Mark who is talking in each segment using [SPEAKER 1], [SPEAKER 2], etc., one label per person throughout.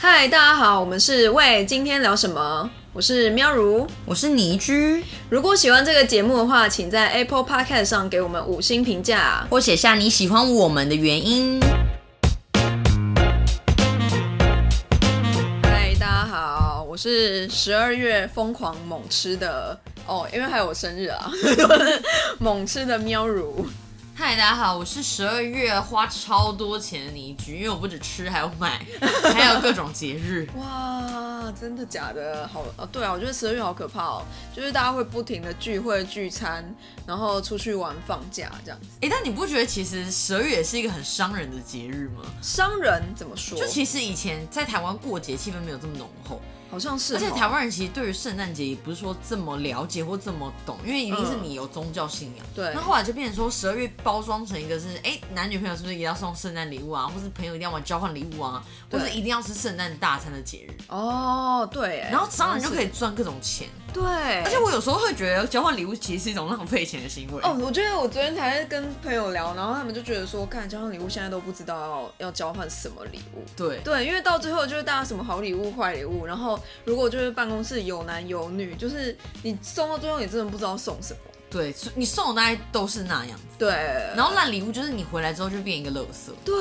[SPEAKER 1] 嗨，大家好，我们是喂，今天聊什么？我是喵如。
[SPEAKER 2] 我是倪居，
[SPEAKER 1] 如果喜欢这个节目的话，请在 Apple Podcast 上给我们五星评价。
[SPEAKER 2] 或写下你喜欢我们的原因。
[SPEAKER 1] 嗨，大家好，我是十二月疯狂猛吃的哦，因为还有我生日啊， 猛吃的喵如。
[SPEAKER 2] 嗨，大家好，我是十二月花超多钱的倪居，因为我不止吃，还有买， 还有各种节日。
[SPEAKER 1] 哇，真的假的？好呃、对啊，我觉得十二月好可怕哦，就是大家会不停的聚会、聚餐，然后出去玩、放假这样子。
[SPEAKER 2] 哎、但你不觉得其实十二月也是一个很伤人的节日吗？
[SPEAKER 1] 商人怎么说
[SPEAKER 2] 就？其实以前在台湾过节气氛没有这么浓厚，
[SPEAKER 1] 好像是哦，
[SPEAKER 2] 而且台湾人其实对于圣诞节也不是说这么了解或这么懂，因为一定是
[SPEAKER 1] 嗯
[SPEAKER 2] 你有宗教信仰。
[SPEAKER 1] 对
[SPEAKER 2] 那后来就变成说十二月包装成一个是，哎、男女朋友是不是也要送圣诞礼物啊，或是朋友一定要玩交换礼物啊，或
[SPEAKER 1] 对
[SPEAKER 2] 是一定要吃圣诞大餐的节日。
[SPEAKER 1] 哦，对耶，
[SPEAKER 2] 然后商人就可
[SPEAKER 1] 以
[SPEAKER 2] 以赚各种钱，
[SPEAKER 1] 对，而
[SPEAKER 2] 而且我有时候会觉得交换礼物其实是一种浪费钱的行为。
[SPEAKER 1] 哦，，我觉得我昨天才在跟朋友聊，然后他们就觉得说，看交换礼物现在都不知道要要交换什么礼物。
[SPEAKER 2] 对，
[SPEAKER 1] 对，因为到最后就是大家什么好礼物、坏礼物，然后如果就是办公室有男有女，就是你送到最后你真的不知道送什么。
[SPEAKER 2] 对，所以你送的大概都是那样子，
[SPEAKER 1] 对，
[SPEAKER 2] 然后烂礼物就是你回来之后就变一个垃圾。
[SPEAKER 1] 对，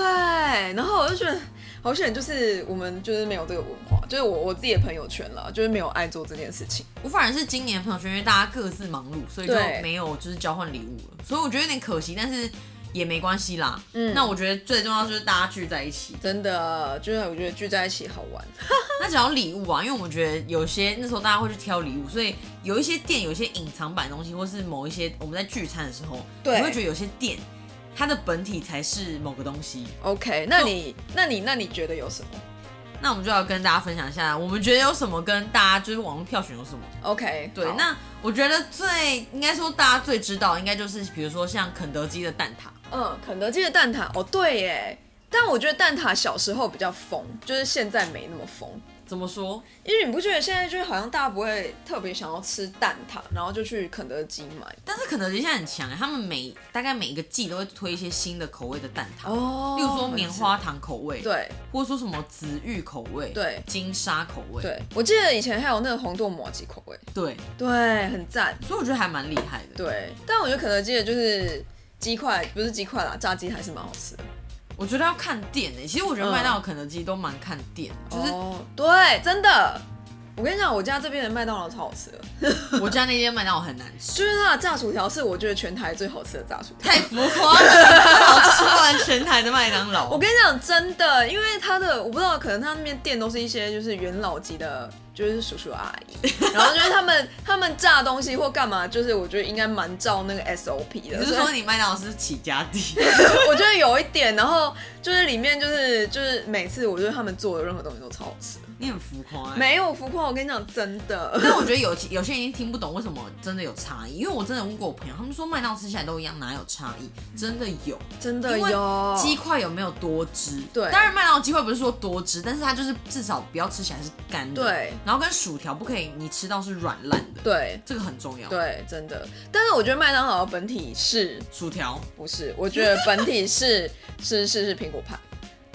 [SPEAKER 1] 然后我就觉得好险，就是我们就是没有这个文化，就是我我自己的朋友圈了，就是没有爱做这件事情。
[SPEAKER 2] 我反而是今年朋友圈，因为大家各自忙碌，所以就
[SPEAKER 1] 对
[SPEAKER 2] 没有就是交换礼物了，所以我觉得有点可惜，但是也没关系啦。
[SPEAKER 1] 嗯
[SPEAKER 2] 那我觉得最重要就是大家聚在一起。
[SPEAKER 1] 真的，就是我觉得聚在一起好玩。
[SPEAKER 2] 那讲到礼物啊，因为我觉得有些那时候大家会去挑礼物，所以有一些店有一些隐藏版的东西，或是某一些我们在聚餐的时候，
[SPEAKER 1] 对
[SPEAKER 2] 我会觉得有些店它的本体才是某个东西。
[SPEAKER 1] OK，那你那你那你觉得有什么
[SPEAKER 2] 那我们就要跟大家分享一下，我们觉得有什么跟大家就是网络票选有什么。
[SPEAKER 1] ？OK，
[SPEAKER 2] 对
[SPEAKER 1] 好，
[SPEAKER 2] 那我觉得最应该说大家最知道，应该就是比如说像肯德基的蛋挞。
[SPEAKER 1] 嗯，肯德基的蛋挞，哦，对耶，但我觉得蛋挞小时候比较疯，就是现在没那么疯，
[SPEAKER 2] 怎么说？
[SPEAKER 1] 因为你不觉得现在就是好像大家不会特别想要吃蛋挞，然后就去肯德基买。
[SPEAKER 2] 但是肯德基现在很强欸，他们每大概每一个季都会推一些新的口味的蛋挞，
[SPEAKER 1] 哦
[SPEAKER 2] 例如说棉，花糖口味，，
[SPEAKER 1] 对
[SPEAKER 2] 或者说什么紫玉口味，
[SPEAKER 1] 对
[SPEAKER 2] 金沙口味，
[SPEAKER 1] 对，我记得以前还有那个红豆麻吉口味，
[SPEAKER 2] 对，
[SPEAKER 1] 对，很赞，
[SPEAKER 2] 所以我觉得还蛮厉害的。
[SPEAKER 1] 对。但我觉得肯德基的就是鸡块，不是鸡块啦，炸鸡还是蛮好吃的。
[SPEAKER 2] 我觉得要看店诶、其实我觉得
[SPEAKER 1] 嗯
[SPEAKER 2] 麦当劳、肯德基都蛮看店，就是
[SPEAKER 1] 哦，对，真的。我跟你讲，我家这边的麦当劳超好吃的，
[SPEAKER 2] 我家那间麦当劳很难吃，
[SPEAKER 1] 就是它的炸薯条是我觉得全台最好吃的炸薯条。
[SPEAKER 2] 太浮夸了，好吃完全台的麦当劳。
[SPEAKER 1] 我跟你讲，真的，因为他的我不知道，可能他那边店都是一些就是元老级的，就是叔叔阿 姨，然后就是他们他们炸东西或干嘛，就是我觉得应该蛮照那个 SOP 的。
[SPEAKER 2] 你是
[SPEAKER 1] 所
[SPEAKER 2] 说
[SPEAKER 1] 以
[SPEAKER 2] 你麦当劳是起家地？
[SPEAKER 1] 我觉得有一点，然后就是里面就是就是每次我觉得他们做的任何东西都超好吃，
[SPEAKER 2] 你很浮夸、欸。
[SPEAKER 1] 没有浮夸，我跟你讲，真的。
[SPEAKER 2] 但我觉得有有些人已经听不懂为什么真的有差异，因为我真的问过我朋友，他们说麦当劳吃起来都一样，哪有差异？
[SPEAKER 1] 嗯
[SPEAKER 2] 真的有，
[SPEAKER 1] 真的
[SPEAKER 2] 因为
[SPEAKER 1] 有
[SPEAKER 2] 鸡块有没有多汁？
[SPEAKER 1] 哦对
[SPEAKER 2] 当然麦当劳鸡块不是说多汁，但是它就是至少不要吃起来是干的。
[SPEAKER 1] 对，
[SPEAKER 2] 然后跟薯条不可以你吃到是软烂的，
[SPEAKER 1] 对
[SPEAKER 2] 这个很重要。，
[SPEAKER 1] 对，真的。但是我觉得麦当劳的本体是
[SPEAKER 2] 薯条。
[SPEAKER 1] 不是？我觉得本体是 是是是苹果派。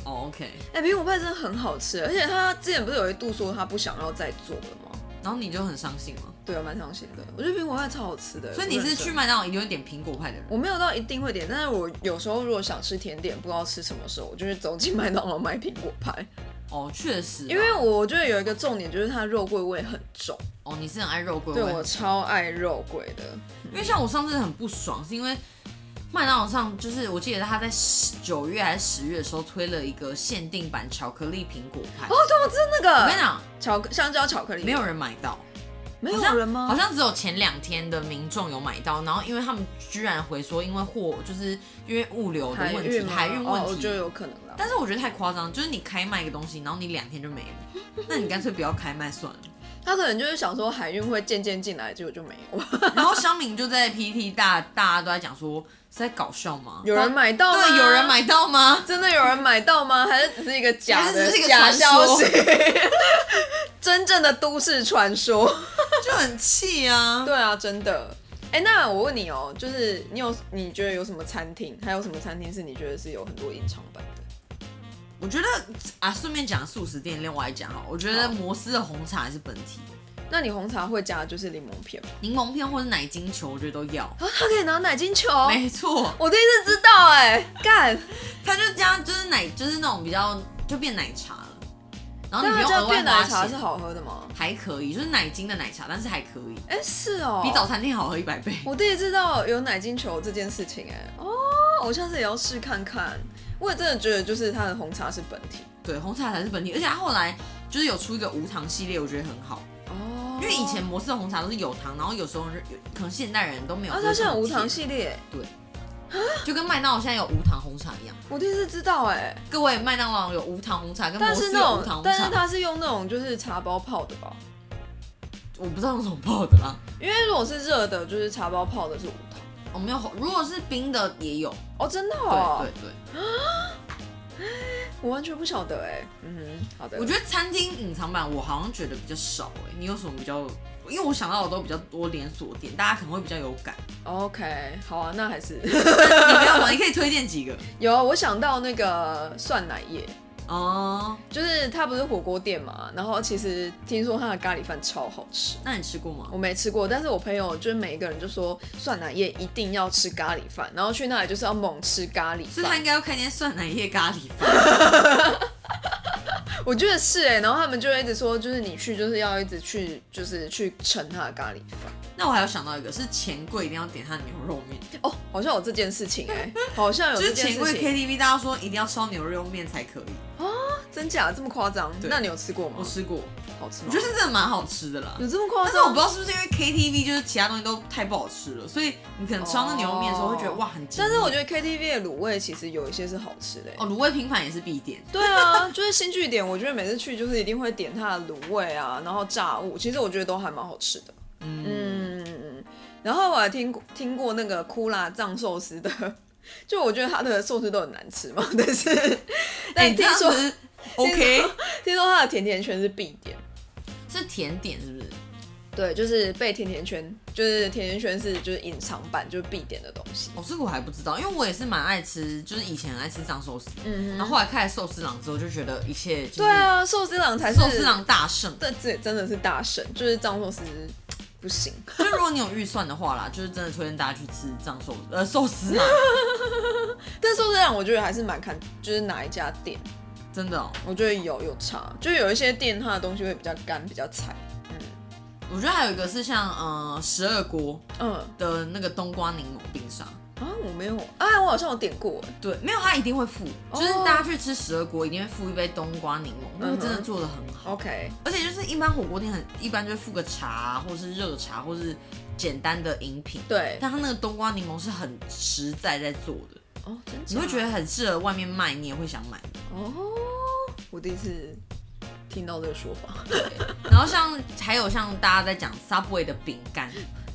[SPEAKER 2] 哦，OK、o k
[SPEAKER 1] 哎、苹果派真的很好吃，而且他之前不是有一度说他不想要再做了吗？
[SPEAKER 2] 然后你就很伤心了，
[SPEAKER 1] 对，我蛮伤心的。我觉得苹果派超好吃的，
[SPEAKER 2] 所以你
[SPEAKER 1] 我
[SPEAKER 2] 是
[SPEAKER 1] 认真
[SPEAKER 2] 去麦当劳一定会点苹果派的人。
[SPEAKER 1] 我没有到一定会点，但是我有时候如果想吃甜点，不知道吃什么时候，我就去走进麦当劳买苹果派，
[SPEAKER 2] 哦，确实啊，
[SPEAKER 1] 因为我觉得有一个重点就是它肉桂味很重，
[SPEAKER 2] 哦你是很爱肉桂
[SPEAKER 1] 对
[SPEAKER 2] 味，
[SPEAKER 1] 我超爱肉桂的。
[SPEAKER 2] 因为像我上次很不爽，是因为麦当劳上就是我记得他在十九月还是十月的时候推了一个限定版巧克力苹果派。
[SPEAKER 1] 哦，对，我知道那
[SPEAKER 2] 我跟你
[SPEAKER 1] 个
[SPEAKER 2] 讲，
[SPEAKER 1] 巧克香蕉巧克力，
[SPEAKER 2] 没有人买到，
[SPEAKER 1] 没
[SPEAKER 2] 好
[SPEAKER 1] 有
[SPEAKER 2] 像
[SPEAKER 1] 人吗？
[SPEAKER 2] 好像只有前两天的民众有买到，然后因为他们居然回说，因为货就是因为物流的
[SPEAKER 1] 海
[SPEAKER 2] 问题，
[SPEAKER 1] 运吗
[SPEAKER 2] 海运
[SPEAKER 1] 哦，
[SPEAKER 2] 问
[SPEAKER 1] 我觉得
[SPEAKER 2] 题。
[SPEAKER 1] 有可能啦。
[SPEAKER 2] 但是我觉得太夸张，就是你开卖一个东西，然后你两天就没了，那你干脆不要开卖算了。
[SPEAKER 1] 他可能就是想说海运会渐渐进来，结果就没 有。
[SPEAKER 2] 然后乡民就在 PT 大大家都在讲说是在搞笑吗？
[SPEAKER 1] 有人买到吗？
[SPEAKER 2] 对，有人买到吗？
[SPEAKER 1] 真的有人买到吗？还是只是一个假
[SPEAKER 2] 还
[SPEAKER 1] 的
[SPEAKER 2] 是只是一个
[SPEAKER 1] 假
[SPEAKER 2] 传
[SPEAKER 1] 消
[SPEAKER 2] 说
[SPEAKER 1] 息？真正的都市传说。
[SPEAKER 2] 就很气啊。
[SPEAKER 1] 对啊，真的。哎、那我问你哦、就是你有你觉得有什么餐厅，还有什么餐厅是你觉得是有很多隐藏版的？
[SPEAKER 2] 我觉得啊，顺便讲素食店，另外一讲好，我觉得摩斯的红茶还是本体，
[SPEAKER 1] 那你红茶会加就是柠檬片吗？
[SPEAKER 2] 柠檬片或者奶精球，我觉得都要。
[SPEAKER 1] 啊，他可以拿奶精球，
[SPEAKER 2] 没错，
[SPEAKER 1] 我第一次知道哎、干，
[SPEAKER 2] 它就加就是奶，就是那种比较就变奶茶了，然啊后你不
[SPEAKER 1] 那
[SPEAKER 2] 用
[SPEAKER 1] 这
[SPEAKER 2] 额
[SPEAKER 1] 样
[SPEAKER 2] 外
[SPEAKER 1] 啊变奶
[SPEAKER 2] 花
[SPEAKER 1] 茶是
[SPEAKER 2] 钱，
[SPEAKER 1] 好喝的吗？
[SPEAKER 2] 还可以，就是奶精的奶茶，但是还可以，
[SPEAKER 1] 哎、是哦，
[SPEAKER 2] 比早餐店好喝一百倍。
[SPEAKER 1] 我第一次知道有奶精球这件事情、哎，哦，我下次也要试看看。我也真的觉得，就是它的红茶是本体
[SPEAKER 2] 对，红茶才是本体，而且它后来就是有出一个无糖系列，我觉得很好，
[SPEAKER 1] 哦，
[SPEAKER 2] 因为以前摩斯的红茶都是有糖，然后有时候人有可能现代人都没有
[SPEAKER 1] 啊，
[SPEAKER 2] 喝这
[SPEAKER 1] 它现在
[SPEAKER 2] 种甜。
[SPEAKER 1] 有无糖系列，
[SPEAKER 2] 就跟麦当劳现在有无糖红茶一样。
[SPEAKER 1] 我第一次知道、哎，
[SPEAKER 2] 各位，麦当劳有无糖红茶，跟摩
[SPEAKER 1] 但是
[SPEAKER 2] 斯
[SPEAKER 1] 那
[SPEAKER 2] 有无糖
[SPEAKER 1] 种，
[SPEAKER 2] 红
[SPEAKER 1] 但是
[SPEAKER 2] 茶，
[SPEAKER 1] 它是用那种就是茶包泡的吧？
[SPEAKER 2] 我不知道用什么泡的啦。
[SPEAKER 1] 因为如果是热的，就是茶包泡的是无糖。
[SPEAKER 2] 我没有，如果是冰的也有。
[SPEAKER 1] 哦，真的哦，
[SPEAKER 2] 对对对，
[SPEAKER 1] 我完全不晓得哎、嗯哼，好的，
[SPEAKER 2] 我觉得餐厅隐藏版我好像觉得比较少哎、你有什么比较？因为我想到的都比较多连锁店，大家可能会比较有感。
[SPEAKER 1] OK，好啊，那还是
[SPEAKER 2] 你不要吗？你可以推荐几个
[SPEAKER 1] 有。啊我想到那个蒜奶液，
[SPEAKER 2] 哦。
[SPEAKER 1] 就是它不是火锅店嘛，然后其实听说它的咖喱饭超好吃，
[SPEAKER 2] 那你吃过吗
[SPEAKER 1] 我？没吃过，但是我朋友就是每一个人就说蒜奶液一定要吃咖喱饭，然后去那里就是要猛吃咖喱
[SPEAKER 2] 所以他
[SPEAKER 1] 饭
[SPEAKER 2] 应，该要开间蒜奶液咖喱饭。
[SPEAKER 1] 我觉得是哎、然后他们就会一直说，就是你去就是要一直去就是去盛他的咖喱饭。
[SPEAKER 2] 那我还有想到一个是钱柜一定要点他的牛肉面，
[SPEAKER 1] 哦，好像有这件事情哎、好像有
[SPEAKER 2] 就
[SPEAKER 1] 这
[SPEAKER 2] 是
[SPEAKER 1] 件
[SPEAKER 2] 钱
[SPEAKER 1] 事
[SPEAKER 2] 柜
[SPEAKER 1] 情，
[SPEAKER 2] KTV 大家说一定要烧牛肉面才可以。
[SPEAKER 1] 真假这么夸张？
[SPEAKER 2] 对
[SPEAKER 1] 那你有吃过
[SPEAKER 2] 我
[SPEAKER 1] 吗？
[SPEAKER 2] 吃过，
[SPEAKER 1] 好吃
[SPEAKER 2] 我
[SPEAKER 1] 吗
[SPEAKER 2] 觉？得是真的蛮好吃的啦。
[SPEAKER 1] 有这么夸
[SPEAKER 2] 但是我
[SPEAKER 1] 张
[SPEAKER 2] 不知？道是不是因为 KTV 就是其他东西都太不好吃了，所以你可能吃到那牛肉面的时候会觉得
[SPEAKER 1] 哦
[SPEAKER 2] 哇很惊
[SPEAKER 1] 但
[SPEAKER 2] 艳。
[SPEAKER 1] 是我觉得 KTV 的卤味其实有一些是好吃的、欸。
[SPEAKER 2] 哦，卤味拼盘也是必点。
[SPEAKER 1] 对啊，就是新据点，我觉得每次去就是一定会点它的卤味啊，然后炸物，其实我觉得都还蛮好吃的。
[SPEAKER 2] 嗯，
[SPEAKER 1] 嗯，然后我还听过听过那个库拉藏寿司的， 就我觉得它的寿司都很难吃嘛， 但是
[SPEAKER 2] 哎、
[SPEAKER 1] 但
[SPEAKER 2] 这
[SPEAKER 1] 听
[SPEAKER 2] 样
[SPEAKER 1] 说、
[SPEAKER 2] 子 OK
[SPEAKER 1] 听说它的甜甜圈是必点，
[SPEAKER 2] 是甜点是不是？
[SPEAKER 1] 对，就是被甜甜圈，就是甜甜圈是就是隐藏版，就是必点的东西。
[SPEAKER 2] 哦，这个我还不知道，因为我也是蛮爱吃，就是以前很爱吃藏寿司，
[SPEAKER 1] 嗯
[SPEAKER 2] 然后后来开了寿司郎之后就觉得一切就是
[SPEAKER 1] 对啊，寿司郎才是
[SPEAKER 2] 寿司，郎大胜。
[SPEAKER 1] 这这真的是大神，就是藏寿司不行。
[SPEAKER 2] 就如果你有预算的话啦，就是真的推荐大家去吃藏寿呃寿司郎，
[SPEAKER 1] 但寿司郎我觉得还是蛮看，就是哪一家店，
[SPEAKER 2] 真的、哦。
[SPEAKER 1] 我觉得有有差，就有一些店它的东西会比较干，比较柴。
[SPEAKER 2] 我觉得还有一个是像呃十二锅
[SPEAKER 1] 嗯
[SPEAKER 2] 的那个冬瓜柠檬冰沙，
[SPEAKER 1] 啊，我没有，哎，我好像有点过，
[SPEAKER 2] 对，没有，他一定会付，
[SPEAKER 1] 哦
[SPEAKER 2] 就是大家去吃十二锅，一定会付一杯冬瓜柠檬，那个
[SPEAKER 1] 嗯哼
[SPEAKER 2] 真的做的很好。
[SPEAKER 1] OK，
[SPEAKER 2] 而且就是一般火锅店很一般就会付个茶，啊或是热茶，或是简单的饮品。
[SPEAKER 1] 对，
[SPEAKER 2] 但他那个冬瓜柠檬是很实在在做的，
[SPEAKER 1] 哦，真
[SPEAKER 2] 你会觉
[SPEAKER 1] 得
[SPEAKER 2] 得很适合外面卖，你也会想买。
[SPEAKER 1] 哦，我第一次听到这个说法。
[SPEAKER 2] 然后像还有像大家在讲 Subway 的饼干，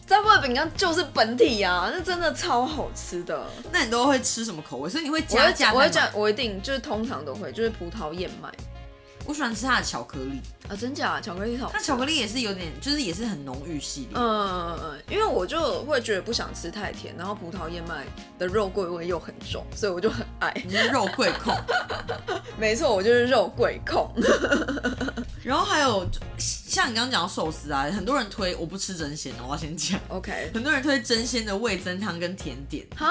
[SPEAKER 1] 扎布的饼干就是本体啊，那真的超好吃的。
[SPEAKER 2] 那你都会吃什么口味？所以你会
[SPEAKER 1] 我
[SPEAKER 2] 加
[SPEAKER 1] 会
[SPEAKER 2] 价
[SPEAKER 1] 我会
[SPEAKER 2] 在买
[SPEAKER 1] 讲，我一定就是通常都会，就是葡萄燕麦
[SPEAKER 2] 我喜欢吃它的巧克力，
[SPEAKER 1] 啊，真假巧克力好吃。
[SPEAKER 2] 它巧克力也是有点，就是也是很浓郁系列。
[SPEAKER 1] 嗯，嗯，因为我就会觉得不想吃太甜，然后葡萄燕麦的肉桂味又很重，所以我就很爱。
[SPEAKER 2] 你是肉桂控，
[SPEAKER 1] 没错，我就是肉桂控。
[SPEAKER 2] 然后还有像你刚刚讲到寿司啊，很多人推我不吃真鲜的，我要先讲，
[SPEAKER 1] OK，
[SPEAKER 2] 很多人推真鲜的味增汤跟甜点。
[SPEAKER 1] 哈，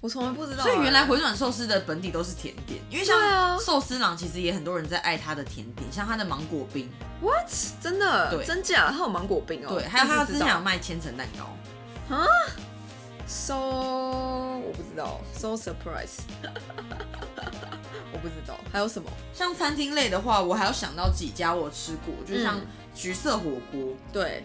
[SPEAKER 1] 我从来不知道啊、
[SPEAKER 2] 所以原来回转寿司的本底都是甜点，因为
[SPEAKER 1] 对啊
[SPEAKER 2] 像寿司郎其实也很多人在爱它的甜点，像它的芒果冰，
[SPEAKER 1] what 真的
[SPEAKER 2] 对
[SPEAKER 1] 真假？它有芒果冰哦、
[SPEAKER 2] 对，还有它之前有
[SPEAKER 1] 想
[SPEAKER 2] 卖千层蛋糕，
[SPEAKER 1] so 我不知道，so surprise，我不知道还有什么？
[SPEAKER 2] 像餐厅类的话，我还有想到几家我吃过，就像
[SPEAKER 1] 嗯
[SPEAKER 2] 橘色火锅，
[SPEAKER 1] 对，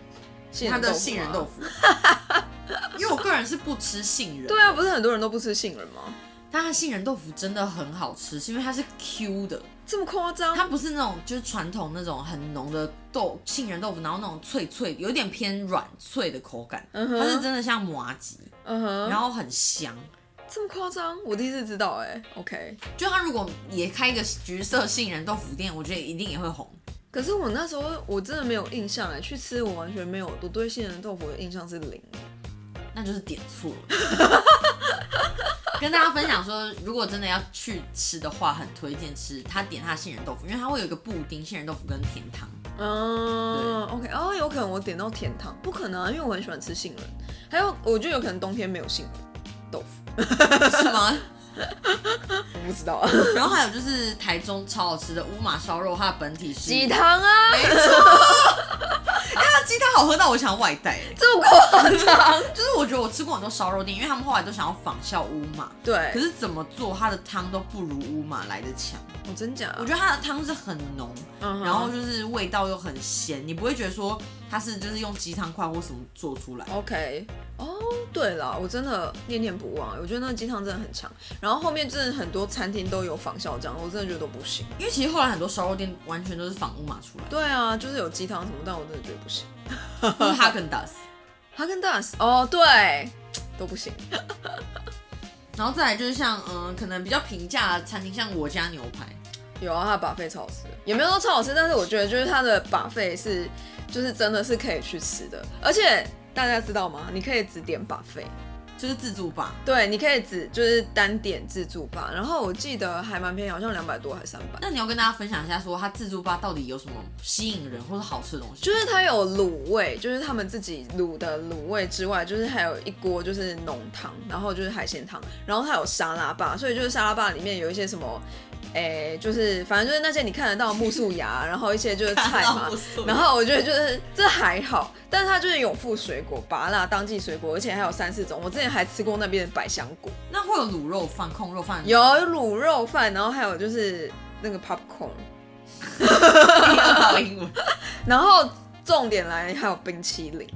[SPEAKER 1] 杏
[SPEAKER 2] 它
[SPEAKER 1] 仁
[SPEAKER 2] 的
[SPEAKER 1] 豆腐啊
[SPEAKER 2] 杏仁
[SPEAKER 1] 吗
[SPEAKER 2] 豆。 腐，因为我个人是不吃杏仁，
[SPEAKER 1] 对啊，不是很多人都不吃杏仁吗？
[SPEAKER 2] 但它杏仁豆腐真的很好吃，是因为它是 Q 的，
[SPEAKER 1] 这么夸张？
[SPEAKER 2] 它不是那种就是传统那种很浓的豆杏仁豆腐，然后那种脆脆，有点偏软脆的口感，
[SPEAKER 1] 嗯
[SPEAKER 2] 它是
[SPEAKER 1] 哼，
[SPEAKER 2] 真的像麻吉，
[SPEAKER 1] 嗯哼，
[SPEAKER 2] 然后很香。
[SPEAKER 1] 这么夸张？我第一次知道哎、OK，
[SPEAKER 2] 就它如果也开一个橘色杏仁豆腐店，我觉得一定也会红。
[SPEAKER 1] 可是我那时候我真的没有印象哎，去吃我完全没有，欸我对杏仁豆腐的印象是零。
[SPEAKER 2] 那就是点错了。 跟大家分享说，如果真的要去吃的话，很推荐吃他点他的杏仁豆腐，因为它会有一个布丁、杏仁豆腐跟甜汤。
[SPEAKER 1] 嗯，OK，哦，有可能我点到甜汤，不可能、啊，因为我很喜欢吃杏仁，还有我觉得有可能冬天没有杏仁豆腐，
[SPEAKER 2] 是吗？
[SPEAKER 1] 我不知道 啊，
[SPEAKER 2] 然后还有就是台中超好吃的乌马烧肉，它的本体是
[SPEAKER 1] 鸡，汤啊，
[SPEAKER 2] 没错。哎，它鸡汤好喝到我想外带、欸，
[SPEAKER 1] 这么夸张？
[SPEAKER 2] 就是我觉得我吃过很多烧肉店，因为他们后来都想要仿效乌马，
[SPEAKER 1] 对，
[SPEAKER 2] 可是怎么做它的汤都不如乌马来的强。
[SPEAKER 1] 我真假？
[SPEAKER 2] 我觉得它的汤是很浓，
[SPEAKER 1] 嗯哼
[SPEAKER 2] 然后就是味道又很咸，你不会觉得说它是就是用鸡汤块或什么做出来。
[SPEAKER 1] OK，哦，对了，我真的念念不忘，我觉得那个鸡汤真的很强。然后后面真的很多餐厅都有仿效这样，我真的觉得都不行。
[SPEAKER 2] 因为其实后来很多烧肉店完全都是仿乌马出来 的，
[SPEAKER 1] 对啊，就是有鸡汤什么，但我真的觉得不行。
[SPEAKER 2] 或是哈根达斯，
[SPEAKER 1] 哈根达斯，哦，对，都不行。
[SPEAKER 2] 然后再来就是像嗯、呃可能比较平价的餐厅，像我家牛排，
[SPEAKER 1] 有啊，它的把费超好吃，也没有说超好吃，但是我觉得就是它的把费是，就是真的是可以去吃的。而且大家知道吗？你可以只点把费，
[SPEAKER 2] 就是自助吧，
[SPEAKER 1] 对，你可以只就是单点自助吧。然后我记得还蛮便宜，好像两百多还是三百。
[SPEAKER 2] 那你要跟大家分享一下，说它自助吧到底有什么吸引人或者好吃的东 西？
[SPEAKER 1] 就是它有卤味，就是他们自己卤的卤味之外，就是还有一锅就是浓汤，然后就是海鲜汤，然后它有沙拉吧，所以就是沙拉吧里面有一些什么，诶、就是反正就是那些你看得到的木薯芽，然后一些就是菜嘛
[SPEAKER 2] 看到 木薯，芽
[SPEAKER 1] 然后我觉得就是这还好，但是它就是有附水果、芭辣、当季水果，而且还有三四种，我之前还吃过那边的百香果，
[SPEAKER 2] 那会有卤肉饭、控肉 饭，
[SPEAKER 1] 有卤肉饭，然后还有就是那个 popcorn，
[SPEAKER 2] 有英文，
[SPEAKER 1] 然后重点来还有冰淇淋。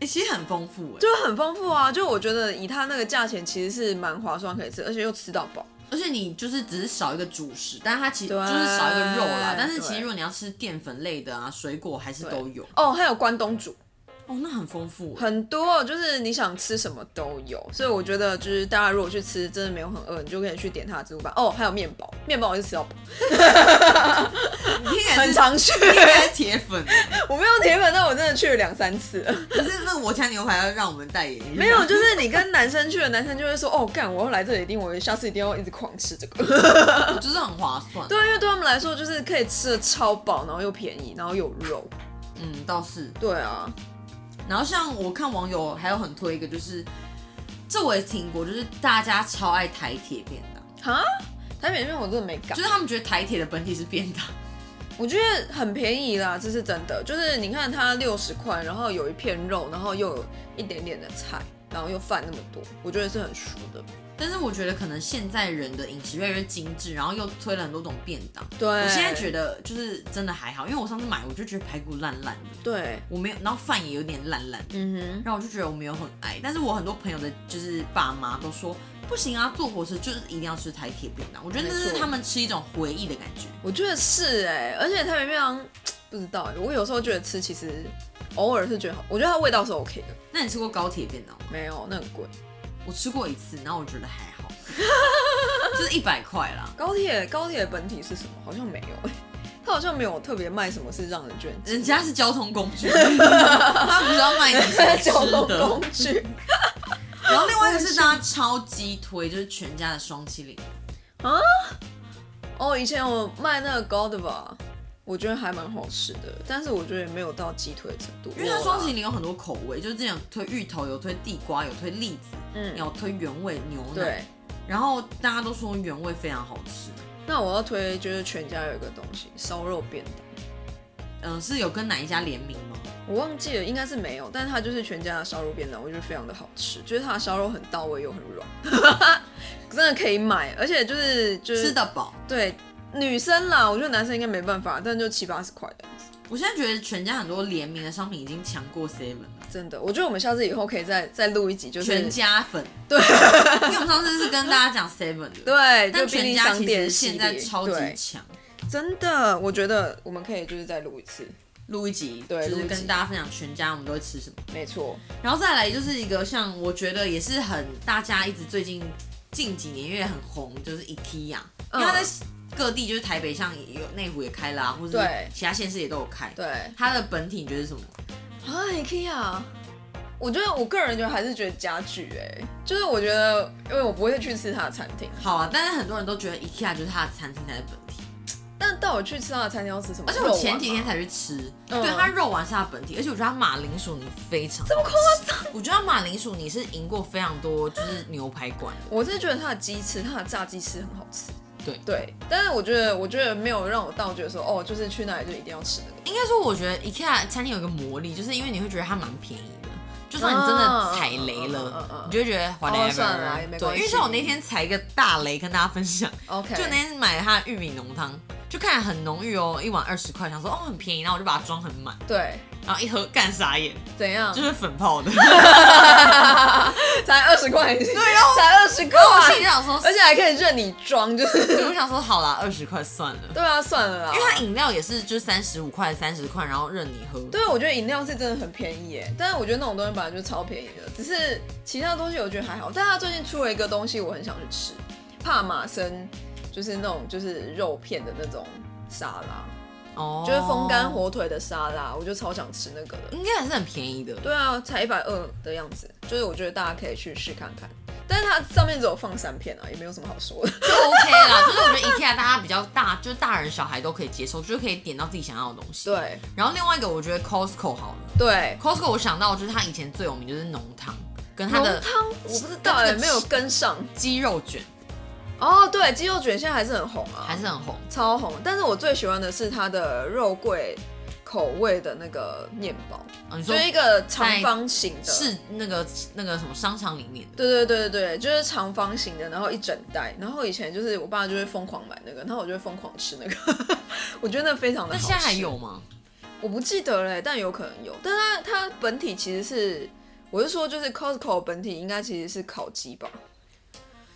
[SPEAKER 2] 哎，其实很丰富哎，
[SPEAKER 1] 就很丰富啊！就我觉得以它那个价钱，其实是蛮划算可以吃，而且又吃到饱。
[SPEAKER 2] 而且你就是只是少一个主食，但是它其实就
[SPEAKER 1] 对
[SPEAKER 2] 是少一个肉啦。但是其
[SPEAKER 1] 对
[SPEAKER 2] 实如果你要吃淀粉类的啊，水果还是都有
[SPEAKER 1] 哦，还有关东煮，
[SPEAKER 2] 哦，那很丰 富欸。
[SPEAKER 1] 很多就是你想吃什么都有，所以我觉得就是大家如果去吃，真的没有很饿，你就可以去点它的自助吧。哦，还有面包，面包我是吃到饱，
[SPEAKER 2] 你听起来
[SPEAKER 1] 很
[SPEAKER 2] 是
[SPEAKER 1] 常去。
[SPEAKER 2] 你听起来是铁粉欸，
[SPEAKER 1] 我没有铁粉，但我真的去了两三次了。
[SPEAKER 2] 可是那我家牛排要让我们代言，
[SPEAKER 1] 没 有，就是你跟男生去了， 男生就会说，哦，干，我要来这里，一定我下次一定要一直狂吃这个。
[SPEAKER 2] 就是很划算。
[SPEAKER 1] 对，因为对他们来说，就是可以吃的超饱，然后又便宜，然后有肉。
[SPEAKER 2] 嗯，倒是。
[SPEAKER 1] 对啊，
[SPEAKER 2] 然后像我看网友还有很推一个，就是这我也听过，就是大家超爱台铁便当，
[SPEAKER 1] 哈，台北面我真的没感
[SPEAKER 2] 就。是他们觉得台铁的本体是便当，
[SPEAKER 1] 我觉得很便宜啦，这是真的。就是你看它六十块，然后有一片肉，然后又有一点点的菜，然后又饭那么多，我觉得是很熟的。
[SPEAKER 2] 但是我觉得可能现在人的饮食越来越精致，然后又推了很多种便当。
[SPEAKER 1] 对，
[SPEAKER 2] 我现在觉
[SPEAKER 1] 得
[SPEAKER 2] 得就是真的还好，因为我上次买我就觉得排骨烂烂的，
[SPEAKER 1] 对，
[SPEAKER 2] 我没有，然后饭也有点烂烂的，
[SPEAKER 1] 嗯
[SPEAKER 2] 然后我就觉得我没有很爱。但是我很多朋友的就是爸妈都说不行啊，坐火车就是一定要吃台铁便当，我觉得那
[SPEAKER 1] 没
[SPEAKER 2] 是
[SPEAKER 1] 错
[SPEAKER 2] 他们吃一种回忆的感觉。
[SPEAKER 1] 哼，我觉得是哎、而且台北面汤不知道哎、我有时候觉得吃其实偶尔是觉得好，我觉得它味道是 OK 的，
[SPEAKER 2] 那你吃过高铁便当吗？
[SPEAKER 1] 没有那很贵。
[SPEAKER 2] 我吃过一次，然后我觉得还好，就是一百块啦。
[SPEAKER 1] 高铁高铁本体是什么？好像没有、欸，它好像没有特别卖什么是让人觉得
[SPEAKER 2] 人家是交通工具， 他不是要卖你什么吃
[SPEAKER 1] 交通
[SPEAKER 2] 的
[SPEAKER 1] 工。具
[SPEAKER 2] 然后另外一个是大家超级推，就是全家的双麒麟，
[SPEAKER 1] 哦，以前我卖那个 Godiva，我觉得还蛮好吃的，但是我觉得也没有到鸡腿程度。
[SPEAKER 2] 因为它双麒
[SPEAKER 1] 麟，
[SPEAKER 2] 麟有很多口味，就是之前有推芋头，有推地瓜，有推栗子，
[SPEAKER 1] 嗯
[SPEAKER 2] 有推原味牛奶。
[SPEAKER 1] 对。
[SPEAKER 2] 然后大家都说原味非常好吃，
[SPEAKER 1] 那我要推就是全家有一个东西烧肉便当，
[SPEAKER 2] 嗯、是有跟哪一家联名吗？
[SPEAKER 1] 我忘记了，应该是没有，但是它就是全家的烧肉便当，我觉得非常的好吃，就是它的烧肉很到位又很软， 真的可以买，而且就是就是
[SPEAKER 2] 吃得饱。
[SPEAKER 1] 对女生啦，我觉得男生应该没办法，但就七八十块的，
[SPEAKER 2] 我现在觉得全家很多联名的商品已经强过 Seven 了。
[SPEAKER 1] 真的，我觉得我们下次以后可以再再录一集，就是
[SPEAKER 2] 全家粉，
[SPEAKER 1] 对，
[SPEAKER 2] 因为我们上次是跟大家讲 Seven 的，，
[SPEAKER 1] 对，就
[SPEAKER 2] 但
[SPEAKER 1] 便
[SPEAKER 2] 全
[SPEAKER 1] 利
[SPEAKER 2] 家
[SPEAKER 1] 商
[SPEAKER 2] 其
[SPEAKER 1] 店
[SPEAKER 2] 实
[SPEAKER 1] 系
[SPEAKER 2] 现在
[SPEAKER 1] 列
[SPEAKER 2] 超级
[SPEAKER 1] 对
[SPEAKER 2] 强。
[SPEAKER 1] 真的，我觉得我们可以就是再录一次，
[SPEAKER 2] 录一集，
[SPEAKER 1] 对
[SPEAKER 2] 就是
[SPEAKER 1] 录一集
[SPEAKER 2] 跟大家分享全家我们都会吃什么，
[SPEAKER 1] 没错，
[SPEAKER 2] 然后再来就是一个像我觉得也是很大家一直最近近几年因为很红，就是 IKEA，、因为它在各地就是台北像有内湖也开啦、或
[SPEAKER 1] 嗯
[SPEAKER 2] 者
[SPEAKER 1] 对
[SPEAKER 2] 其他县市也都有开。
[SPEAKER 1] 对
[SPEAKER 2] 它的本体你觉得是什么？
[SPEAKER 1] 啊啊，IKEA，我觉得我个人觉得还是觉得家具、哎，就是我觉得，因为我不会去吃他的餐厅，
[SPEAKER 2] 好啊，但是很多人都觉得 IKEA 就是它的餐厅才是本体，
[SPEAKER 1] 但到我去吃他的餐厅要吃什么？
[SPEAKER 2] 而且我前几天才去吃，
[SPEAKER 1] 嗯
[SPEAKER 2] 对它肉丸是它本体，而且我觉得它马铃薯泥非常这么夸张，我觉得它马铃薯泥是赢过非常多就是牛排馆的，
[SPEAKER 1] 我是觉得他的鸡翅，他的炸鸡翅很好吃。
[SPEAKER 2] 对
[SPEAKER 1] 对，但是我觉得，我觉得没有让我到觉得说，哦，就是去那里就一定要吃那个。
[SPEAKER 2] 应该说我觉得 IKEA 餐厅有一个魔力，就是因为你会觉得它蛮便宜的。就算你真的踩雷了，
[SPEAKER 1] 嗯嗯嗯嗯嗯
[SPEAKER 2] 你就会觉得 whatever，、
[SPEAKER 1] 算了也没关系
[SPEAKER 2] 对，因为像我那天踩一个大雷跟大家分享，
[SPEAKER 1] OK，
[SPEAKER 2] 就那天买它的玉米浓汤，就看起来很浓郁哦，一碗二十块，想说哦很便宜，然后我就把它装很满，
[SPEAKER 1] 对，
[SPEAKER 2] 然后一喝干傻眼，
[SPEAKER 1] 怎样？
[SPEAKER 2] 就是粉泡 的。
[SPEAKER 1] 才二十块，对
[SPEAKER 2] 然后
[SPEAKER 1] 才二十块，
[SPEAKER 2] 哦我心里想 说，
[SPEAKER 1] 而且还可以任你装，就是
[SPEAKER 2] 我想说好啦，二十块算了，
[SPEAKER 1] 对啊，算了啦。
[SPEAKER 2] 因为它饮料也是就是三十五块、三十块，然后任你喝。
[SPEAKER 1] 对，我觉得饮料是真的很便宜耶，但是我觉得那种东西本来就超便宜的，只是其他东西我觉得还好。但他最近出了一个东西，我很想去吃，帕玛森，就是那种就是肉片的那种沙拉，
[SPEAKER 2] 哦
[SPEAKER 1] 就是风干，火腿的沙拉，我就超想吃那个的。
[SPEAKER 2] 应该还是很便宜的。
[SPEAKER 1] 对啊，才一百二的样子，就是我觉得大家可以去试看看。但是它上面只有放三片啊，也没有什么好说的。
[SPEAKER 2] 就 OK 啦，就是我觉得 IKEA 大家比较大，就是大人小孩都可以接受，就是可以点到自己想要的东西。。
[SPEAKER 1] 对
[SPEAKER 2] 然后另外一个我觉得 Costco 好了
[SPEAKER 1] 对，
[SPEAKER 2] ，Costco 我想到就是它以前最有名就是浓汤，跟它
[SPEAKER 1] 浓
[SPEAKER 2] 的
[SPEAKER 1] 汤我不知道
[SPEAKER 2] 那
[SPEAKER 1] 哎、
[SPEAKER 2] 个
[SPEAKER 1] 没有跟上。
[SPEAKER 2] 鸡肉卷
[SPEAKER 1] 哦，对，鸡肉卷现在还是很红啊，
[SPEAKER 2] 还是很红。
[SPEAKER 1] 超红。但是我最喜欢的是它的肉桂口味的那个面包，
[SPEAKER 2] 啊、你
[SPEAKER 1] 就
[SPEAKER 2] 说
[SPEAKER 1] 是一个长方形的。
[SPEAKER 2] 是那个那个什么商场里面的，
[SPEAKER 1] 对对对对对，就是长方形的，然后一整袋。然后以前就是我爸就会疯狂买那个，然后我就会疯狂吃那个， 我觉得那非常的
[SPEAKER 2] 那
[SPEAKER 1] 好吃。
[SPEAKER 2] 现在还有吗？
[SPEAKER 1] 我不记得嘞，但有可能有。但它它本体其实是，我是说就是 Costco 本体应该其实是烤鸡吧？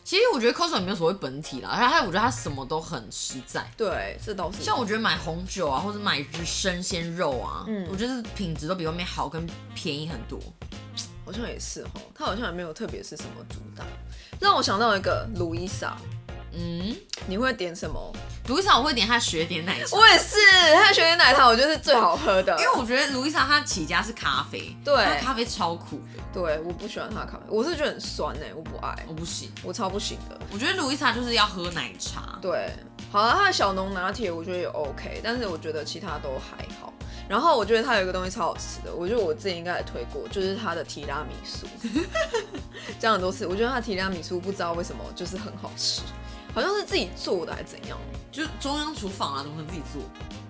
[SPEAKER 2] 其实我觉得 Costco 也没有所谓本体啦，然后我觉得它什么都很实在。
[SPEAKER 1] 对，这倒是。
[SPEAKER 2] 像我觉得买红酒啊，或者买一只生鲜肉啊，
[SPEAKER 1] 嗯
[SPEAKER 2] 我觉得品质都比外面好跟便宜很多。
[SPEAKER 1] 好像也是哦，它好像也没有特别是什么主打，让我想到一个卢伊莎，
[SPEAKER 2] 嗯，
[SPEAKER 1] 你会点什么？
[SPEAKER 2] 卢莎我会点它雪点 奶茶，
[SPEAKER 1] 我也是，它雪椰奶茶我觉得是最好喝的，
[SPEAKER 2] 因为我觉得卢莎她起家是咖啡，
[SPEAKER 1] 对
[SPEAKER 2] 她咖啡超苦的，
[SPEAKER 1] 对我不喜欢它的咖啡，我是觉得很酸哎、我不爱，
[SPEAKER 2] 我不行。
[SPEAKER 1] 我超不行的。
[SPEAKER 2] 我觉得卢莎就是要喝奶茶，
[SPEAKER 1] 对，好了，它的小浓拿铁我觉得也 OK，但是我觉得其他都还好。然后我觉得它有一个东西超好吃的，我觉得我之前应该也推过，就是它的提拉米 苏，讲很多次，我觉得它的提拉米苏不知道为什么就是很好吃，好像是自己做的还是怎样，
[SPEAKER 2] 就是中央厨房啊，怎么可能自己做？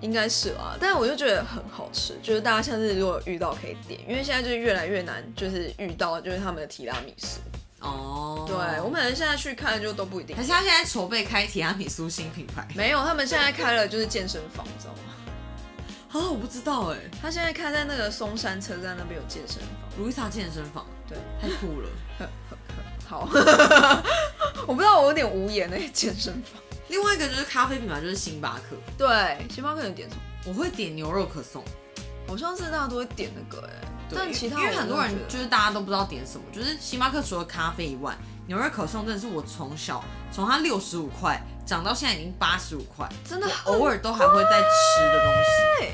[SPEAKER 1] 应该是啦、但我就觉得很好吃，就是大家下次如果遇到可以点，因为现在就是越来越难，就是遇到就是他们的提拉米苏。
[SPEAKER 2] 哦，
[SPEAKER 1] 对我们可能现在去看就都不一定
[SPEAKER 2] 可，是她现在筹备开提拉米苏新品牌
[SPEAKER 1] 没有，他们现在开了就是健身房，你知道吗？
[SPEAKER 2] 啊，我不知道哎、
[SPEAKER 1] 他现在开在那个松山车站那边有健身房，
[SPEAKER 2] 卢莎健身房
[SPEAKER 1] 对，
[SPEAKER 2] 太酷了。
[SPEAKER 1] 好， 我不知道我有点无言那健身房。
[SPEAKER 2] 另外一个就是咖啡品牌，就是星巴克，
[SPEAKER 1] 对，星巴克有点什么？
[SPEAKER 2] 我会点牛肉可颂，
[SPEAKER 1] 好像是大家都会点那个哎、
[SPEAKER 2] 对
[SPEAKER 1] 但其他
[SPEAKER 2] 因为因为
[SPEAKER 1] 我
[SPEAKER 2] 很多人
[SPEAKER 1] 没有觉
[SPEAKER 2] 就
[SPEAKER 1] 得
[SPEAKER 2] 是大家都不知道点什么，就是星巴克除了咖啡以外，牛肉可颂真的是我从小从它六十五块涨到现在已经八十五块，
[SPEAKER 1] 真的很
[SPEAKER 2] 偶尔都还会再吃的东西。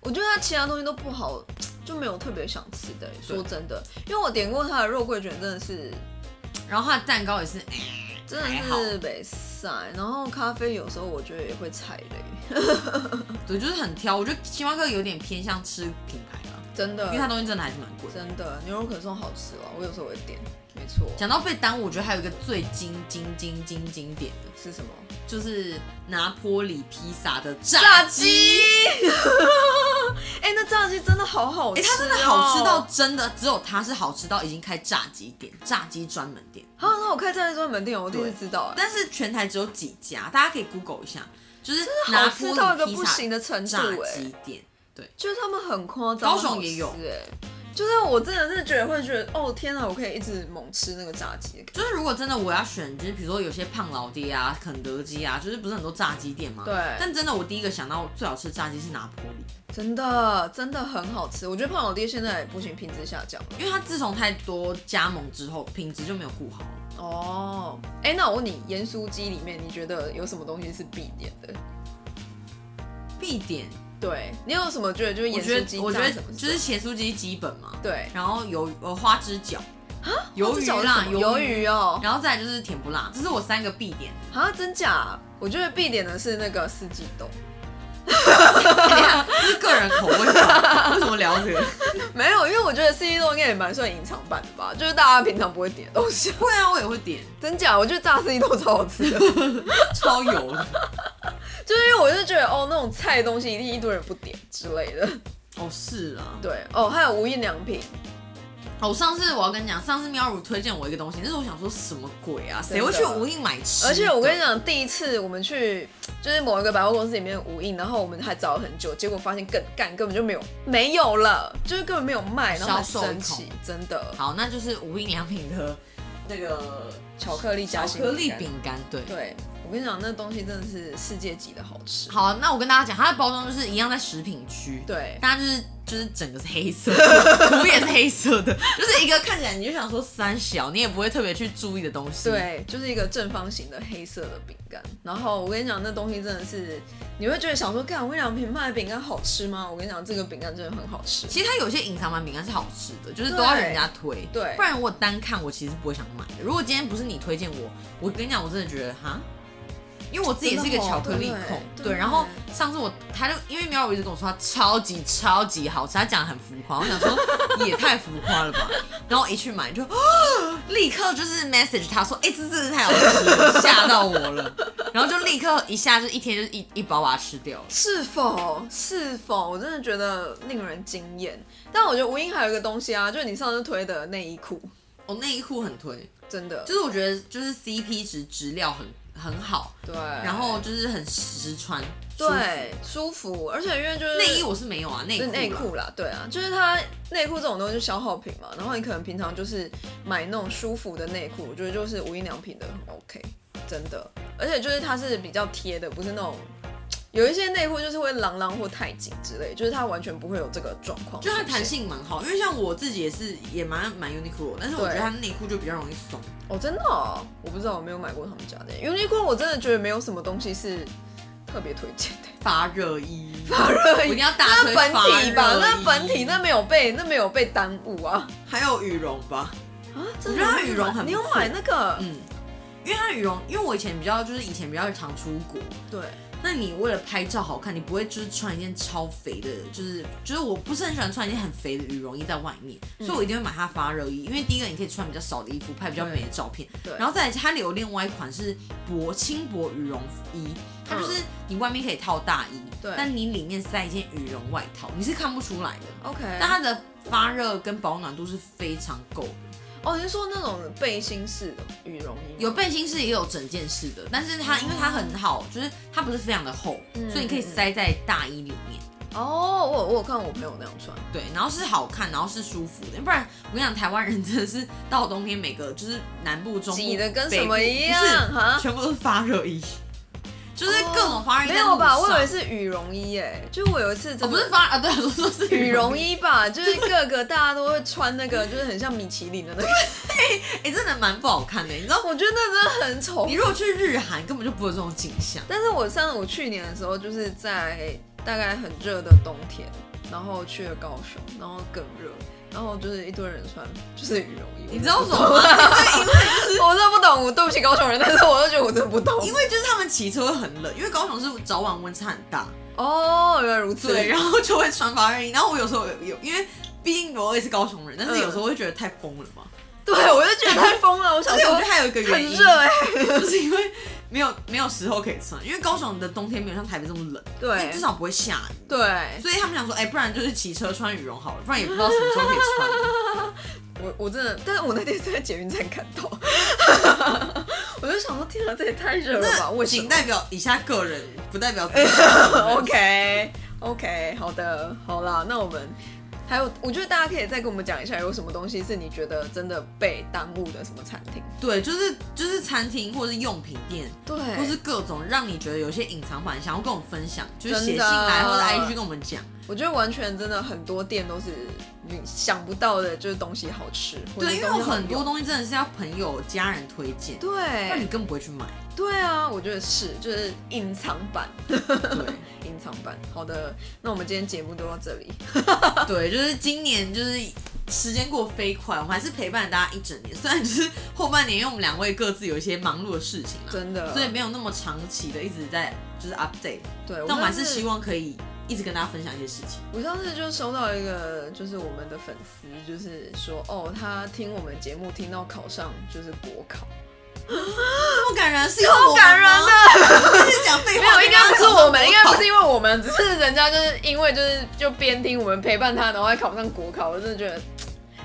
[SPEAKER 1] 我觉得它其他东西都不好，就没有特别想吃的欸、说真的，因为我点过它的肉桂卷，真的是
[SPEAKER 2] 然后它的蛋糕也是，哎
[SPEAKER 1] 真的
[SPEAKER 2] 还好
[SPEAKER 1] 是北塞。然后咖啡有时候我觉得也会踩雷，
[SPEAKER 2] 对，就是很挑。我觉得星巴克有点偏向吃品牌了，
[SPEAKER 1] 真的
[SPEAKER 2] 因为，它东西真的还是蛮贵的。
[SPEAKER 1] 真的牛肉可颂好吃哦，我有时候会点，没错。
[SPEAKER 2] 讲到被耽误，我觉得还有一个最经经经经经典的，
[SPEAKER 1] 是什么？
[SPEAKER 2] 就是拿坡里披萨的炸
[SPEAKER 1] 炸
[SPEAKER 2] 鸡
[SPEAKER 1] 鸡。哎、那炸鸡真的好好吃、
[SPEAKER 2] 哎、
[SPEAKER 1] 哦，
[SPEAKER 2] 它真的好吃到真的，只有它是好吃到已经开炸鸡店，炸鸡专门店，
[SPEAKER 1] 啊！那我开炸鸡专门店，我第一次知道、哎，
[SPEAKER 2] 但是全台只有几家，大家可以 Google 一下，就是拿
[SPEAKER 1] 好
[SPEAKER 2] 坡
[SPEAKER 1] 吃
[SPEAKER 2] 里
[SPEAKER 1] 到一个
[SPEAKER 2] 披
[SPEAKER 1] 不
[SPEAKER 2] 萨
[SPEAKER 1] 行的程度、
[SPEAKER 2] 炸
[SPEAKER 1] 哎，
[SPEAKER 2] 鸡店，对，
[SPEAKER 1] 就是他们很夸张，
[SPEAKER 2] 高雄也有
[SPEAKER 1] 好吃哎、就是我真的是觉得会觉得，哦天哪，我可以一直猛吃那个炸鸡的感觉。
[SPEAKER 2] 就是如果真的我要选，就是比如说有些胖老爹啊、肯德基啊，就是不是很多炸鸡店嘛，
[SPEAKER 1] 对
[SPEAKER 2] 但真的我第一个想到最好吃的炸鸡是拿坡里，
[SPEAKER 1] 真的真的很好吃，我觉得胖老爹现在也不行，品质下降了。
[SPEAKER 2] 因为它自从太多加盟之后，品质就没有顾好了。
[SPEAKER 1] 哦，哎、那我问你，盐酥鸡里面你觉得有什么东西是必点的？
[SPEAKER 2] 必点
[SPEAKER 1] 对你有什么觉得就是
[SPEAKER 2] 我
[SPEAKER 1] 盐
[SPEAKER 2] 觉
[SPEAKER 1] 酥鸡
[SPEAKER 2] 得我觉
[SPEAKER 1] 炸
[SPEAKER 2] 得
[SPEAKER 1] 什么
[SPEAKER 2] 就是咸酥鸡基本嘛，
[SPEAKER 1] 对，
[SPEAKER 2] 然后有呃花枝饺啊，
[SPEAKER 1] 哦
[SPEAKER 2] 鱿
[SPEAKER 1] 这
[SPEAKER 2] 鱼
[SPEAKER 1] 饺子
[SPEAKER 2] 啦
[SPEAKER 1] 什，么鱿
[SPEAKER 2] 鱿鱼，
[SPEAKER 1] 鱼哦，
[SPEAKER 2] 然后再来就是甜不辣，这是我三个必点。
[SPEAKER 1] 啊，真假？我觉得必点的是那个四季豆，
[SPEAKER 2] 这是个人口味吧？为什么聊这个？
[SPEAKER 1] 没有，因为我觉得四季豆应该也蛮算隐藏版的吧，就是大家平常不会点的东 西。
[SPEAKER 2] 会啊，我也会点，
[SPEAKER 1] 真假？我觉得炸四季豆超好吃的，就是
[SPEAKER 2] 超油的。
[SPEAKER 1] 因为我就觉得哦，那种菜的东西一定一堆人不点之类的。
[SPEAKER 2] 哦，是啊。
[SPEAKER 1] 对哦，还有无印良品，
[SPEAKER 2] 哦，我上次我要跟你讲，上次喵乳推荐我一个东西，那时候我想说什么鬼啊？
[SPEAKER 1] 真
[SPEAKER 2] 谁
[SPEAKER 1] 的
[SPEAKER 2] 会去无印买吃的？
[SPEAKER 1] 而且我跟你讲，第一次我们去就是某一个百货公司里面的无印，然后我们还找了很久，结果发现更干根本就没有没有了，就是根本没有卖，然后很
[SPEAKER 2] 销售一
[SPEAKER 1] 生
[SPEAKER 2] 空
[SPEAKER 1] 气，真的
[SPEAKER 2] 好，那就是无印良品的那个
[SPEAKER 1] 巧克力夹
[SPEAKER 2] 巧
[SPEAKER 1] 心
[SPEAKER 2] 克力
[SPEAKER 1] 干
[SPEAKER 2] 饼干，对。
[SPEAKER 1] 对我跟你讲，那东西真的是世界级的好吃。
[SPEAKER 2] 好，那我跟大家讲，它的包装就是一样在食品区，，
[SPEAKER 1] 对，
[SPEAKER 2] 大家就是就是整个是黑色的， 图也是黑色的，就是一个看起来你就想说三小，你也不会特别去注意的东西，，
[SPEAKER 1] 对，就是一个正方形的黑色的饼干。然后我跟你讲，那东西真的是，你会觉得想说，干微良品卖的饼干好吃吗？我跟你讲，这个饼干真的很好吃。
[SPEAKER 2] 其实它有些隐藏版饼干是好吃的，就是都要人家推，
[SPEAKER 1] 对
[SPEAKER 2] 不然我单看我其实不会想买的。如果今天不是你推荐我，我跟你讲，我真的觉得哈，因为我自己也是一个
[SPEAKER 1] 真的哦
[SPEAKER 2] 巧克力控，
[SPEAKER 1] 对
[SPEAKER 2] 对。
[SPEAKER 1] 对
[SPEAKER 2] 然后上次我他就因为苗我一直跟我说他超级超级好吃，他讲的很浮夸，我想说也太浮夸 了吧。然后一去买就、啊 立刻就是 message 他说，哎、这真的太好吃了，吓到我了。然后就立刻一下就一天就一一包把它吃掉了。
[SPEAKER 1] 是否是否，我真的觉得令人惊艳。但我觉得无印还有一个东西啊，就是你上次推的内衣裤，
[SPEAKER 2] 我、内衣裤很推，
[SPEAKER 1] 真的
[SPEAKER 2] 就是我觉得就是 CP 值质量很很好，
[SPEAKER 1] 对，
[SPEAKER 2] 然后就是很实穿，舒服
[SPEAKER 1] 对舒服，而且因为就是
[SPEAKER 2] 内衣我是没有啊，内
[SPEAKER 1] 就是
[SPEAKER 2] 裤啦
[SPEAKER 1] 内裤啦，对啊，就是它内裤这种东西就消耗品嘛，然后你可能平常就是买那种舒服的内裤，我觉得就是无印良品的很 OK，真的，而且就是它是比较贴的，不是那种有一些内裤就是会啷啷或太紧之类，就是它完全不会有这个状况出
[SPEAKER 2] 就
[SPEAKER 1] 现，
[SPEAKER 2] 它弹性蛮好，因为像我自己也是也蛮蛮 Uniqlo，的但是我
[SPEAKER 1] 对
[SPEAKER 2] 觉得它内裤就比较容易松，
[SPEAKER 1] 哦，真的、哦，我不知道我没有买过他们家的 Uniqlo，我真的觉得没有什么东西是特别推荐 的，
[SPEAKER 2] 发热衣，
[SPEAKER 1] 发热
[SPEAKER 2] 我一定
[SPEAKER 1] 衣。
[SPEAKER 2] 要大
[SPEAKER 1] 那
[SPEAKER 2] 推
[SPEAKER 1] 本
[SPEAKER 2] 发
[SPEAKER 1] 体吧，
[SPEAKER 2] 热
[SPEAKER 1] 那
[SPEAKER 2] 衣
[SPEAKER 1] 本体那没有被那没有被耽误啊
[SPEAKER 2] 还有羽绒吧，
[SPEAKER 1] 啊！
[SPEAKER 2] 我
[SPEAKER 1] 真
[SPEAKER 2] 觉
[SPEAKER 1] 的
[SPEAKER 2] 得它
[SPEAKER 1] 有
[SPEAKER 2] 羽绒
[SPEAKER 1] 买
[SPEAKER 2] 很
[SPEAKER 1] 你有
[SPEAKER 2] 不错
[SPEAKER 1] 买那个？
[SPEAKER 2] 嗯，因为它羽绒，因为我以前比较就是以前比较常出国，
[SPEAKER 1] 对，
[SPEAKER 2] 那你为了拍照好看，你不会就是穿一件超肥的，就是就是我不是很喜欢穿一件很肥的羽绒衣在外面，
[SPEAKER 1] 嗯
[SPEAKER 2] 所以我一定会买它发热衣，因为第一个你可以穿比较少的衣服，拍比较美的照片，
[SPEAKER 1] 对
[SPEAKER 2] 然后再来它有另外一款是薄轻薄羽绒衣，它就是你外面可以套大衣，
[SPEAKER 1] 对
[SPEAKER 2] 但你里面塞一件羽绒外套，你是看不出来的，
[SPEAKER 1] OK，
[SPEAKER 2] 但它的发热跟保暖度是非常够的。
[SPEAKER 1] 哦，你是说那种背心式的羽绒衣吗？
[SPEAKER 2] 有背心式也有整件式的，但是它因为它很好，就是它不是非常的厚，
[SPEAKER 1] 嗯
[SPEAKER 2] 所以你可以塞在大衣里面。
[SPEAKER 1] 哦，我有我有看我朋友那样穿，
[SPEAKER 2] 对，然后是好看，然后是舒服的，不然我跟你讲，台湾人真的是到冬天每个就是南部、中部
[SPEAKER 1] 挤得跟
[SPEAKER 2] 北
[SPEAKER 1] 什么
[SPEAKER 2] 部
[SPEAKER 1] 一样
[SPEAKER 2] 不是
[SPEAKER 1] 哈
[SPEAKER 2] 全部都是发热衣，就是各种发热衣、
[SPEAKER 1] 哦没有吧？我以为是羽绒衣诶，就我有一次
[SPEAKER 2] 哦，
[SPEAKER 1] 真
[SPEAKER 2] 不是
[SPEAKER 1] 的
[SPEAKER 2] 发啊，对，我说是
[SPEAKER 1] 羽绒
[SPEAKER 2] 衣，
[SPEAKER 1] 衣吧，就是各个大家都会穿那个，就是很像米其林的那个，
[SPEAKER 2] 哎、真的蛮不好看的，你知道，
[SPEAKER 1] 我觉得那真的很丑
[SPEAKER 2] 你。如果去日韩根本就不会有这种景象。
[SPEAKER 1] 但是我上我去年的时候，就是在大概很热的冬天，然后去了高雄，然后更热，然后就是一堆人穿就是羽绒衣，
[SPEAKER 2] 你知道为什么吗？
[SPEAKER 1] 我真的不懂，我对不起高雄人，但是我就觉得我真的不懂。
[SPEAKER 2] 因为就是他们骑车会很冷，因为高雄是早晚温差很大，
[SPEAKER 1] 哦，原来如此。
[SPEAKER 2] 对，然后就会穿发热衣。然后我有时候有有，因为毕竟我也是高雄人，但是有时候会觉得太疯了嘛。
[SPEAKER 1] 对，我就觉得太疯了，我想
[SPEAKER 2] 而且我
[SPEAKER 1] 说
[SPEAKER 2] 觉得还有一个原
[SPEAKER 1] 哦很
[SPEAKER 2] 因，
[SPEAKER 1] 热哎、
[SPEAKER 2] 就是因为没有没有时候可以穿，因为高雄的冬天没有像台北这么冷，
[SPEAKER 1] 对
[SPEAKER 2] 至少不会下雨。
[SPEAKER 1] 对，
[SPEAKER 2] 所以他们想说，哎、不然就是骑车穿羽绒好了，不然也不知道什么时候可以 穿。
[SPEAKER 1] 我我真的，但是我那天是在捷运站看到， 我就想说，天啊，这也太热了吧？
[SPEAKER 2] 那
[SPEAKER 1] 为什
[SPEAKER 2] 仅
[SPEAKER 1] 么
[SPEAKER 2] 代表以下个人，不 代表自己
[SPEAKER 1] ？OK OK，好的，好啦，那我们还有，我觉得大家可以再跟我们讲一下，有什么东西是你觉得真的被耽误的什么餐厅？
[SPEAKER 2] 对，就是就是餐厅或是用品店，
[SPEAKER 1] 对，
[SPEAKER 2] 或是各种让你觉得有些隐藏版，想要跟我们分享，就是
[SPEAKER 1] 真的
[SPEAKER 2] 写信来或者 IG 跟我们讲。
[SPEAKER 1] 我我觉得完全真的很多店都是你想不到的，就是东西好吃，或者
[SPEAKER 2] 对，因为
[SPEAKER 1] 东
[SPEAKER 2] 有
[SPEAKER 1] 西好
[SPEAKER 2] 很多
[SPEAKER 1] 用
[SPEAKER 2] 东西真的是要朋友、家人推荐，不然你
[SPEAKER 1] 对
[SPEAKER 2] 更不会去买。
[SPEAKER 1] 对啊，我觉得是，就是隐藏版，
[SPEAKER 2] 对
[SPEAKER 1] 隐藏版。好的，那我们今天节目就到这里。
[SPEAKER 2] 对，就是今年就是时间过飞快，我们还是陪伴大家一整年。虽然就是后半年，因为我们两位各自有一些忙碌的事情啦，
[SPEAKER 1] 真的，
[SPEAKER 2] 所以没有那么长期的一直在就是 update，
[SPEAKER 1] 对，
[SPEAKER 2] 但我们还
[SPEAKER 1] 上
[SPEAKER 2] 是
[SPEAKER 1] 次
[SPEAKER 2] 希望可以一直跟大家分享一些事情。
[SPEAKER 1] 我上次就收到一个，就是我们的粉丝，就是说，哦，他听我们节目听到考上就是国考，
[SPEAKER 2] 这么感人，是因为我
[SPEAKER 1] 超感人的
[SPEAKER 2] 的，是讲废
[SPEAKER 1] 没
[SPEAKER 2] 话，
[SPEAKER 1] 有，应该不是我们，应该不
[SPEAKER 2] 是。
[SPEAKER 1] 是因为我们，只是人家就是因为就是就边听我们陪伴他，然后还考上国考，我真的觉得嘖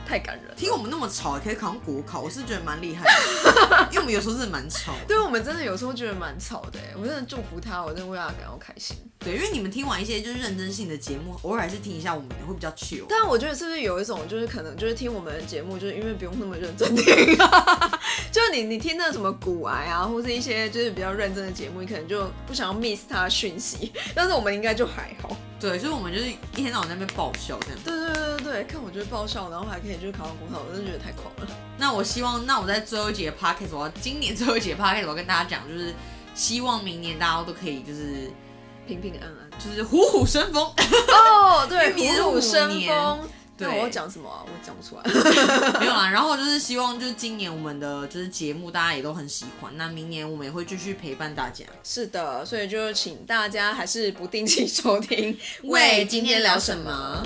[SPEAKER 1] 太感人了。
[SPEAKER 2] 听我们那么吵，也可以考上国考，我是觉得蛮厉害的，因为我们有时候真的蛮吵的。
[SPEAKER 1] 对我们真的有时候觉得蛮吵的，欸我真的祝福他，我真的为他感到开心。
[SPEAKER 2] 对，因为你们听完一些就是认真性的节目，偶尔还是听一下我们的会比较 chill。
[SPEAKER 1] 但我觉得是不是有一种就是可能就是听我们的节目，就是因为不用那么认真听、啊，就是你你听那什么骨癌啊，或是一些就是比较认真的节目，你可能就不想要 miss 他的讯息。但是我们应该就还好。
[SPEAKER 2] 对，所以我们就是一天到晚在那边爆笑这样。
[SPEAKER 1] 对对对对对，看我就是爆笑，然后还可以就是考上国考，我真的觉得太狂了。
[SPEAKER 2] 那我希望，那我在最后一节 podcast，我要今年最后一节 podcast，我要跟大家讲，就是希望明年大家都可以就是
[SPEAKER 1] 平平安安。
[SPEAKER 2] 就是虎虎生风。
[SPEAKER 1] 哦，对，
[SPEAKER 2] 因为
[SPEAKER 1] 虎
[SPEAKER 2] 虎
[SPEAKER 1] 虎
[SPEAKER 2] 生
[SPEAKER 1] 生
[SPEAKER 2] 风
[SPEAKER 1] 风。那
[SPEAKER 2] 对
[SPEAKER 1] 我要讲什么啊？我讲不出来。
[SPEAKER 2] 没有啦，然后就是希望就是今年我们的就是节目大家也都很喜欢，那明年我们也会继续陪伴大家。
[SPEAKER 1] 是的，所以就请大家还是不定期收听。
[SPEAKER 2] 喂今天聊什么？